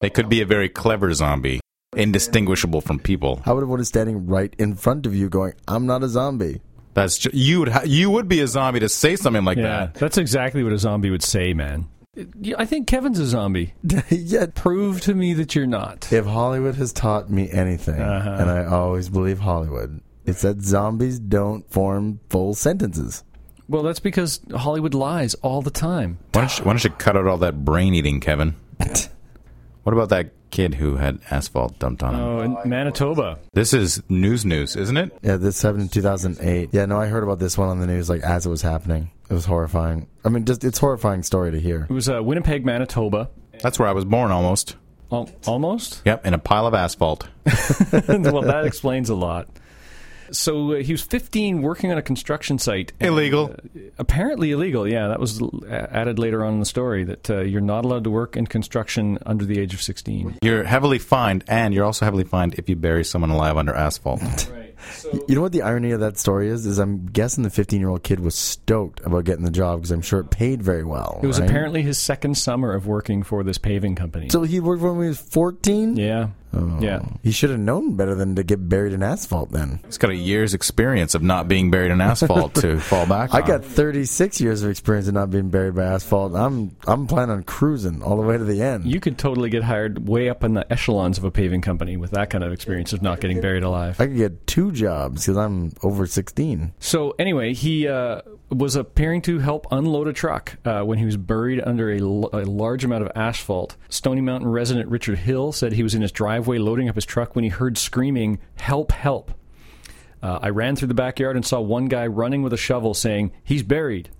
A: They could be a very clever zombie, indistinguishable from people.
C: how would one is standing right in front of you, going, "I'm not a zombie."
A: That's ju- you would ha- you would be a zombie to say something like
B: Yeah,
A: that.
B: that's exactly what a zombie would say, man. Yeah, I think Kevin's a zombie.
C: yeah.
B: Prove to me that you're not.
C: If Hollywood has taught me anything,
B: Uh-huh.
C: and I always believe Hollywood, it's that zombies don't form full sentences.
B: Well, that's because Hollywood lies all the time.
A: Why don't, you, why don't you cut out all that brain eating, Kevin? What about that kid who had asphalt dumped on him?
B: Oh, in Manitoba.
A: This is news, news, isn't it?
C: Yeah, this happened in 2008. Yeah, no, I heard about this one on the news like as it was happening. It was horrifying. I mean, just it's a horrifying story to hear.
B: It was uh, Winnipeg, Manitoba.
A: That's where I was born almost.
B: Al- almost?
A: Yep, in a pile of asphalt.
B: well, that explains a lot. So uh, he was 15 working on a construction site. and,
A: Illegal.
B: uh, apparently illegal, yeah. That was l- added later on in the story that uh, you're not allowed to work in construction under the age of 16.
A: You're heavily fined, and you're also heavily fined if you bury someone alive under asphalt.
B: Right. So,
C: You know what the irony of that story is? Is I'm guessing the 15 year old kid was stoked about getting the job because I'm sure it paid very well.
B: it was
C: right?
B: apparently his second summer of working for this paving company.
C: So he worked when he was 14.
B: yeah. Yeah.
C: He should have known better than to get buried in asphalt. Then
A: It's got a year's experience of not being buried in asphalt to fall back
C: I
A: on.
C: got 36 years of experience in not being buried by asphalt. I'm I'm planning on cruising all the way to the end.
B: You could totally get hired way up in the echelons of a paving company with that kind of experience of not getting buried alive.
C: I could get two jobs because I'm over 16.
B: So anyway, he uh, was appearing to help unload a truck uh, when he was buried under a, l- a large amount of asphalt. Stony Mountain resident Richard Hill said he was in his driveway loading up his truck when he heard screaming, "Help! Help!" Uh, I ran through the backyard and saw one guy running with a shovel, saying, "He's buried."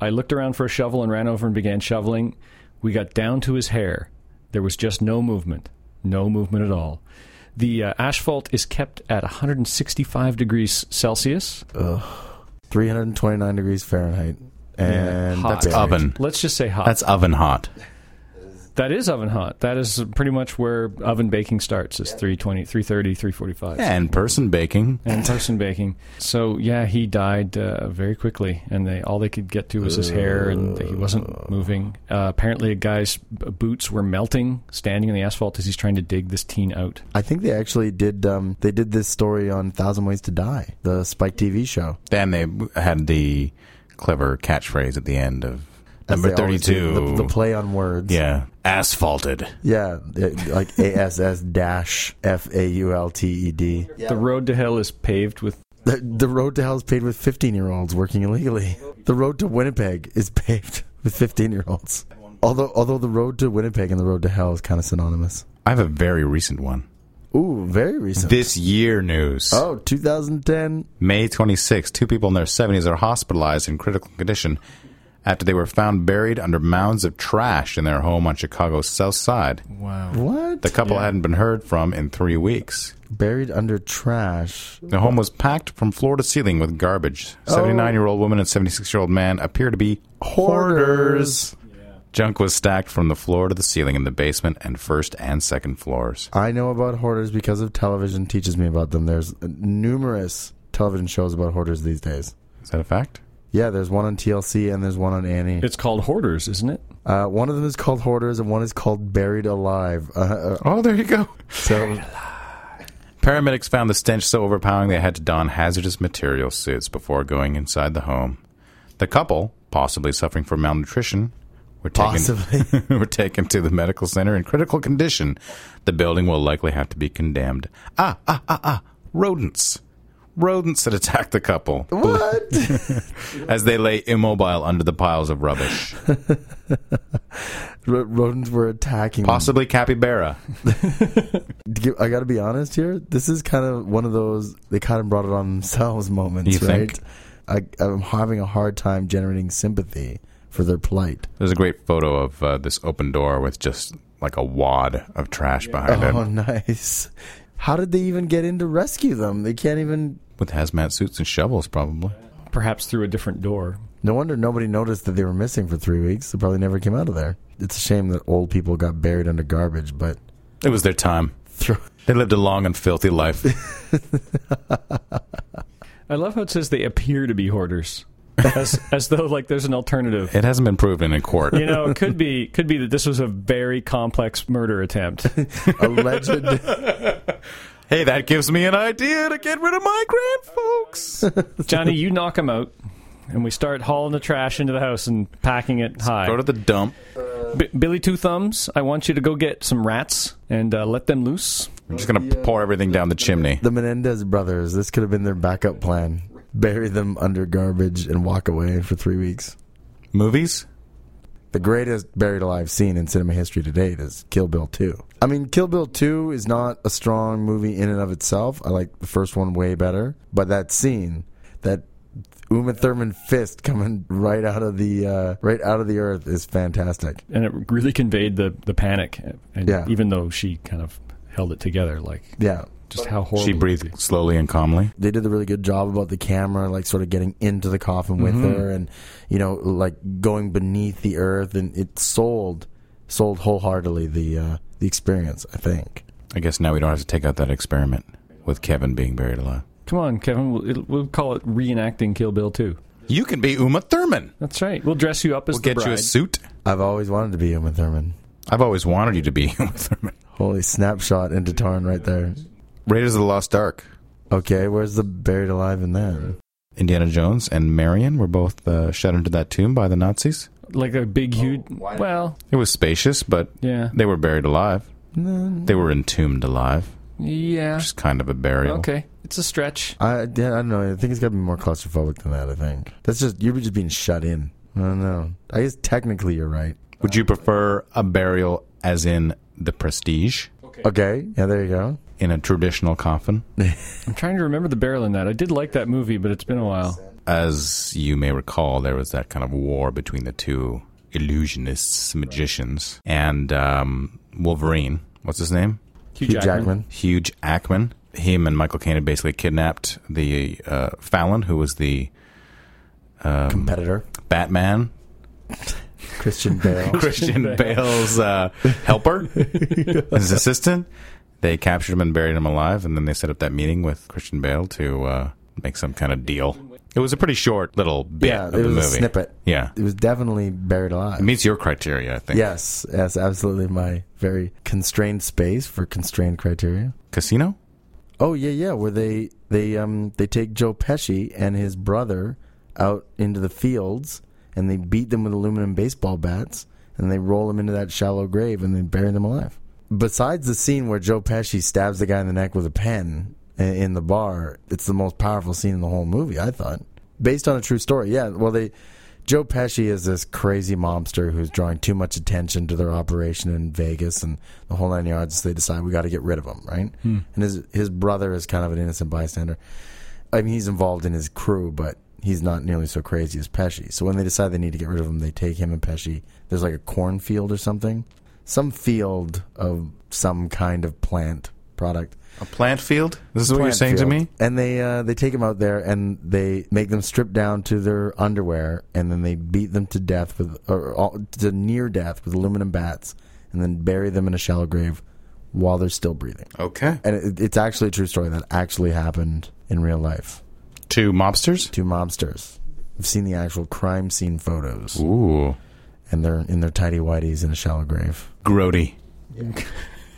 B: I looked around for a shovel and ran over and began shoveling. We got down to his hair. There was just no movement. No movement at all. The uh, asphalt is kept at 165 degrees Celsius.
C: 329 degrees Fahrenheit. And
B: Hot.
A: That's oven.
B: Let's just say hot.
A: That's oven hot.
B: That is oven hot. That is pretty much where oven baking starts. Is 320, 330, 345.
A: And person baking.
B: And person baking. So yeah, he died uh, very quickly, and they all they could get to was his hair, and he wasn't moving. Uh, apparently, a guy's b- boots were melting, standing on the asphalt as he's trying to dig this teen out.
C: I think they actually did. Um, they did this story on Thousand Ways to Die, the Spike TV show.
A: Then they had the clever catchphrase at the end of
C: as
A: number
C: they always do,
A: 32.
C: The, the play on words.
A: yeah. Asphalted.
C: Yeah, it- like A S S dash F A U L T E D.
B: The road to hell is paved with.
C: The, the road to hell is paved with 15 year olds working illegally. The road to Winnipeg is paved with 15 year olds. Although, although the road to Winnipeg and the road to hell is kind of synonymous.
A: I have a very recent one.
C: Ooh, very recent.
A: This year news.
C: oh, 2010.
A: May 26, two people in their 70s are hospitalized in critical condition after they were found buried under mounds of trash in their home on Chicago's south side.
B: Wow.
C: What?
A: The couple
B: Yeah.
A: hadn't been heard from in three weeks.
C: Buried under trash.
A: The home was packed from floor to ceiling with garbage. 79 year old woman and 76 year old man appear to be hoarders. Junk was stacked from the floor to the ceiling in the basement and first and second floors.
C: I know about hoarders because of television teaches me about them. There's numerous television shows about hoarders these days.
A: Is that a fact?
C: Yeah, there's one on TLC and there's one on Annie.
B: It's called hoarders, isn't it?
C: Uh, one of them is called Hoarders and one is called Buried Alive. Uh, uh,
A: Oh, there you go.
C: so
A: Paramedics found the stench so overpowering they had to don hazardous material suits before going inside the home. The couple, possibly suffering from malnutrition, were taken,
C: possibly.
A: were taken to the medical center in critical condition. The building will likely have to be condemned. Ah, ah, ah, ah. Rodents. Rodents that attacked the couple
C: what?
A: as they lay immobile under the piles of rubbish.
C: R- rodents were attacking. them.
A: Possibly capybara.
C: To give- I got to be honest here. This is kind of one of those they kind of brought it on themselves moments,
A: You
C: right?
A: think?
C: I, I'm having a hard time generating sympathy for their plight.
A: There's a great photo of uh, this open door with just like a wad of trash behind
C: Oh,
A: it
C: nice. How did they even get in to rescue them? They can't even.
A: with hazmat suits and shovels, probably.
B: Perhaps through a different door.
C: No wonder nobody noticed that they were missing for three weeks. They probably never came out of there. It's a shame that old people got buried under garbage, but
A: It was their time.
C: throw.
A: They lived a long and filthy life.
B: I love how it says they appear to be hoarders, as as though like there's an alternative.
A: It hasn't been proven in court.
B: You know, it could be could be that this was a very complex murder attempt.
C: Alleged.
A: Hey, that gives me an idea to get rid of my grand folks.
B: Johnny, you knock him out, and we start hauling the trash into the house and packing it
A: Go
B: high.
A: to the dump.
B: B- Billy Two Thumbs, I want you to go get some rats and uh, let them loose.
A: I'm just gonna pour everything down the chimney.
C: The Menendez brothers. This could have been their backup plan. Bury them under garbage and walk away for three weeks.
A: Movies?
C: The greatest buried alive scene in cinema history to date is Kill Bill 2. I mean, Kill Bill 2 is not a strong movie in and of itself. I like the first one way better. But that scene, that Uma Thurman fist coming right out of the uh, right out of the earth is fantastic.
B: And it really conveyed the, the panic. And
C: Yeah.
B: even though she kind of held it together, like
C: Yeah.
B: just how horrible.
A: She
B: it would be.
A: breathed slowly and calmly.
C: They did a really good job about the camera, like sort of getting into the coffin with her and, you know, like going beneath the earth. And it sold, sold wholeheartedly the, uh, the experience, I think.
A: I guess now we don't have to take out that experiment with Kevin being buried alive.
B: Come on, Kevin. We'll, it'll- we'll call it reenacting Kill Bill 2.
A: You can be Uma Thurman.
B: That's right. We'll dress you up as
A: We'll
B: the
A: get you a
B: bride.
A: suit.
C: I've always wanted to be Uma Thurman.
A: I've always wanted you to be Uma Thurman.
C: Holy snapshot into Tarn right there.
A: Raiders of the Lost Ark.
C: Okay, where's the buried alive in that?
A: Indiana Jones and Marion were both uh, shut into that tomb by the Nazis.
B: like a big,
A: Oh,
B: huge. well,
A: It was spacious, but
B: yeah.
A: they were buried alive.
C: No,
A: They were entombed alive,
B: Yeah.
A: which is kind of a burial.
B: Okay. It's a stretch.
C: I, yeah, I don't know. I think it's got to be more claustrophobic than that. I think that's just you're just being shut in. I don't know. I guess technically you're right.
A: Would you prefer a burial as in the prestige
C: Okay, yeah, there you go.
A: in a traditional coffin?
B: I'm trying to remember the barrel in that. I did like that movie, but it's been a while.
A: As you may recall, there was that kind of war between the two illusionists, magicians, and um, Wolverine. What's his name?
B: Hugh
C: Hugh
B: Jackman.
C: Jackman.
A: Huge Ackman. Him and Michael Caine had basically kidnapped the uh, Fallon, who was the
C: competitor.
A: Batman.
C: Christian Bale.
A: Christian Bale's uh, helper, his assistant. They captured him and buried him alive, and then they set up that meeting with Christian Bale to uh, make some kind of deal. It was a pretty short little bit
C: yeah,
A: of
C: it
A: the
C: was
A: movie.
C: a snippet.
A: Yeah,
C: It was definitely buried alive.
A: it meets your criteria, I think.
C: yes, yes, absolutely. My very constrained space for constrained criteria.
A: Casino.
C: Oh yeah, yeah. Where they they um they take Joe Pesci and his brother out into the fields and they beat them with aluminum baseball bats and they roll them into that shallow grave and they bury them alive. Besides the scene where Joe Pesci stabs the guy in the neck with a pen i- in the bar, it's the most powerful scene in the whole movie. I thought, based on a true story. Yeah. Well, they. Joe Pesci is this crazy mobster who's drawing too much attention to their operation in Vegas and the whole nine yards. They decide we got to get rid of him, right? And his his brother is kind of an innocent bystander. I mean, he's involved in his crew, but he's not nearly so crazy as Pesci. So when they decide they need to get rid of him, they take him and Pesci. There's like a cornfield or something, some field of some kind of plant product.
A: A plant field? This is what you're
C: plant
A: saying to
C: field.
A: me?
C: And they uh, they take them out there and they make them strip down to their underwear and then they beat them to death with or all, to near death with aluminum bats and then bury them in a shallow grave while they're still breathing.
A: Okay.
C: And it, it's actually a true story that actually happened in real life.
A: Two mobsters?
C: Two mobsters. I've seen the actual crime scene photos
A: Ooh.
C: and they're in their tidy whities in a shallow grave.
A: Grody.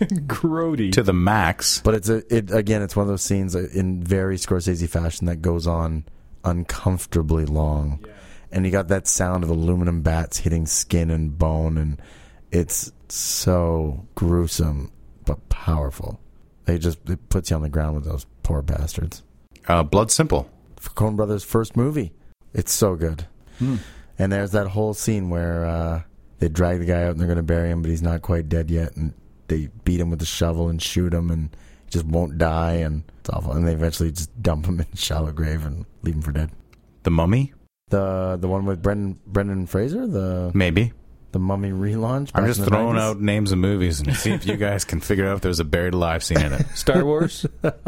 B: Grody.
A: To the max.
C: But it's a it again. It's one of those scenes uh, in very Scorsese fashion that goes on uncomfortably long, and you got that sound of aluminum bats hitting skin and bone, and it's so gruesome but powerful. They just it puts you on the ground with those poor bastards.
A: Uh, Blood Simple.
C: For Coen Brothers' first movie, it's so good.
A: Hmm.
C: And there's that whole scene where uh, they drag the guy out and they're going to bury him, but he's not quite dead yet. And they beat him with a shovel and shoot him, and he just won't die. And it's awful. And they eventually just dump him in a shallow grave and leave him for dead.
A: The Mummy?
C: The the one with Brendan Brendan Fraser, the
A: Maybe.
C: the Mummy relaunch.
A: I'm
C: back
A: just
C: in the
A: throwing
C: 90s?
A: out names of movies and see if you guys can figure out if there's a buried alive scene in it.
B: Star Wars.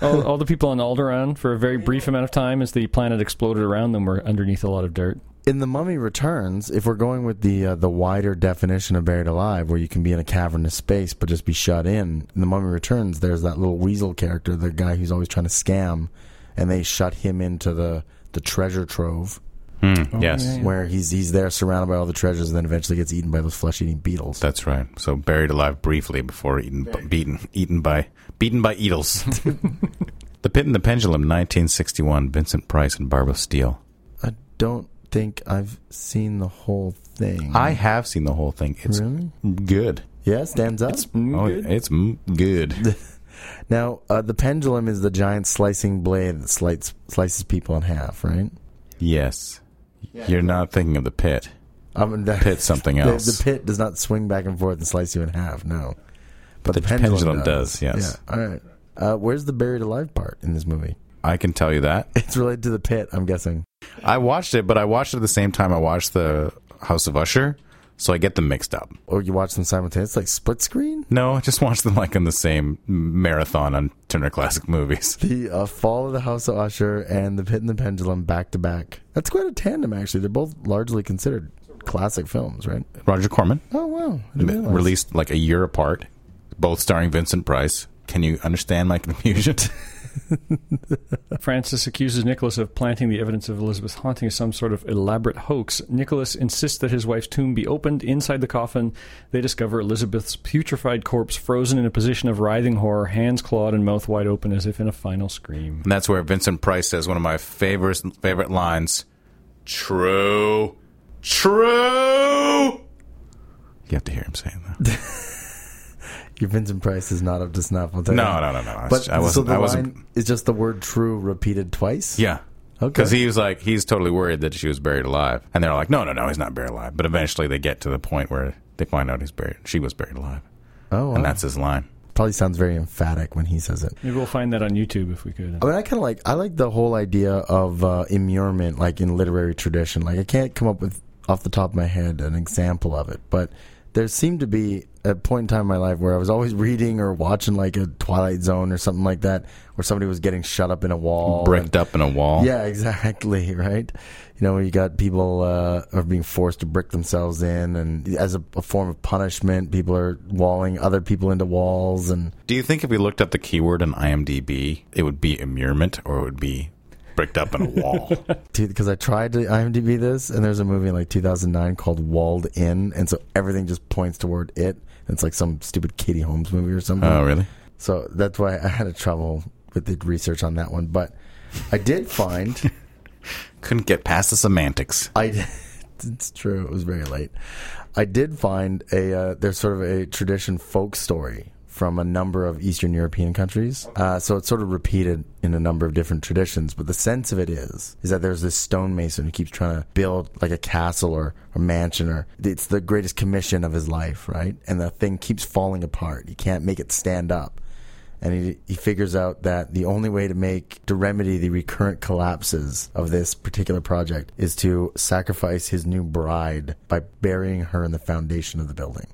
B: all, all the people on Alderaan for a very brief amount of time as the planet exploded around them were underneath a lot of dirt.
C: in the Mummy Returns. If we're going with the uh, the wider definition of buried alive, where you can be in a cavernous space but just be shut in, in the Mummy Returns, there's that little weasel character, the guy who's always trying to scam, and they shut him into the the treasure trove
A: Hmm, yes.
B: yeah, yeah.
C: where he's he's there surrounded by all the treasures, and then eventually gets eaten by those flesh eating beetles.
A: That's right. So buried alive briefly before eaten, beaten, eaten by, beaten by Eatles. the Pit and the Pendulum, 1961. Vincent Price and Barbara Steele.
C: I don't think I've seen the whole thing.
A: I have seen the whole thing. It's
C: really
A: good.
C: yeah stands up.
A: Oh, it's mm, good.
C: Now uh, the pendulum is the giant slicing blade that slices slices people in half, right?
A: Yes. You're not thinking of the pit.
C: I mean, that,
A: Pit something
C: The-
A: else.
C: The, pit does not swing back and forth and slice you in half. No, but the, pendulum,
A: pendulum does, yes.
C: Yeah. All right. Uh, where's the buried alive part in this movie?
A: I can tell you that.
C: It's related to the pit, I'm guessing.
A: I watched it, but I watched it at the same time I watched the House of Usher, so I get them mixed up.
C: Or you watch them simultaneously, like split screen.
A: No, I just watched them like on the same marathon on Turner Classic Movies.
C: The uh, fall of the House of Usher and the Pit and the Pendulum back to back. That's quite a tandem, actually. They're both largely considered classic films, right?
A: Roger Corman
C: Oh wow! I didn't realize.
A: released like a year apart, both starring Vincent Price. Can you understand my confusion?
B: Francis accuses Nicholas of planting the evidence of Elizabeth's haunting as some sort of elaborate hoax. Nicholas insists that his wife's tomb be opened. Inside the coffin, they discover Elizabeth's putrefied corpse frozen in a position of writhing horror, hands clawed and mouth wide open as if in a final scream.
A: and that's where Vincent Price says one of my favorite favorite lines: "True, true." You have to hear him saying that.
C: Your Vincent Price is not up to snuff. I'll tell you.
A: No, no, no, no. I was-
C: But
A: I wasn't.
C: so the
A: I wasn't.
C: line is just the word "true" repeated twice.
A: Yeah.
C: Okay.
A: Because he was like, he's totally worried that she was buried alive. And they're like, no, no, no, he's not buried alive. But eventually they get to the point where they find out he's buried. She was buried alive.
C: Oh, wow.
A: And that's his line.
C: probably sounds very emphatic when he says it.
B: Maybe we'll find that on YouTube if we could.
C: I mean, I kind of like I like the whole idea of uh, immurement, like in literary tradition. Like I can't come up with off the top of my head an example of it, but there seem to be a point in time in my life where I was always reading or watching like a Twilight Zone or something like that, where somebody was getting shut up in a wall, and-
A: bricked up in a wall.
C: Yeah, exactly. Right. You know, where you got people uh, are being forced to brick themselves in, and as a, a form of punishment, people are walling other people into walls, and
A: Do you think if we looked up the keyword in IMDb, it would be immurement or it would be bricked up in a wall?
C: because I tried to IMDb this, and there's a movie in like 2009 called Walled In, and so everything just points toward it. And it's like some stupid Katie Holmes movie or something.
A: oh, really?
C: So that's why I had a trouble with the research on that one, but I did find.
A: Couldn't get past the semantics.
C: I it's true. It was very late. I did find a uh, there's sort of a tradition folk story from a number of Eastern European countries. Uh, so it's sort of repeated in a number of different traditions. But the sense of it is is that there's this stonemason who keeps trying to build like a castle or a mansion or it's the greatest commission of his life, right? And the thing keeps falling apart. He can't make it stand up and he, he figures out that the only way to make to remedy the recurrent collapses of this particular project is to sacrifice his new bride by burying her in the foundation of the building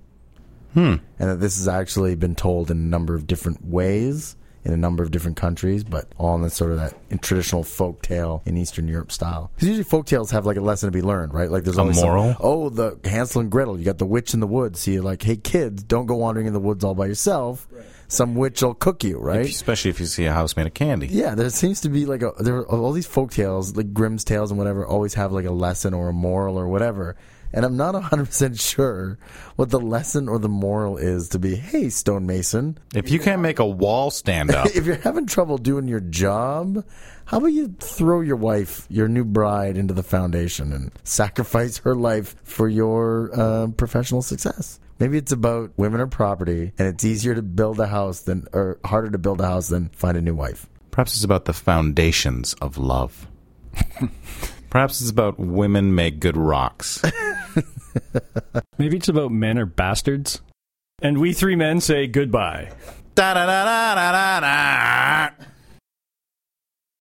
C: and that this has actually been told in a number of different ways in a number of different countries, but all in the sort of that in traditional folk tale in Eastern Europe style. Because usually folk tales have like a lesson to be learned, right? Like there's always some-
A: moral?
C: oh, the Hansel and Gretel. You got the witch in the woods. So you're like, hey kids, don't go wandering in the woods all by yourself. Some witch will cook you, right?
A: Especially if you see a house made of candy.
C: Yeah, there seems to be like a there are all these folk tales, like Grimm's tales and whatever, always have like a lesson or a moral or whatever. And I'm not 100% sure what the lesson or the moral is to be, hey, stonemason,
A: If you can't make a wall stand up,
C: if you're having trouble doing your job, how about you throw your wife, your new bride, into the foundation and sacrifice her life for your uh, professional success? Maybe it's about women or property, and it's easier to build a house than, or harder to build a house than find a new wife.
A: perhaps it's about the foundations of love. perhaps it's about women make good rocks.
B: Maybe it's about men are bastards. And we three men say goodbye.
A: Da-da-da-da-da-da-da.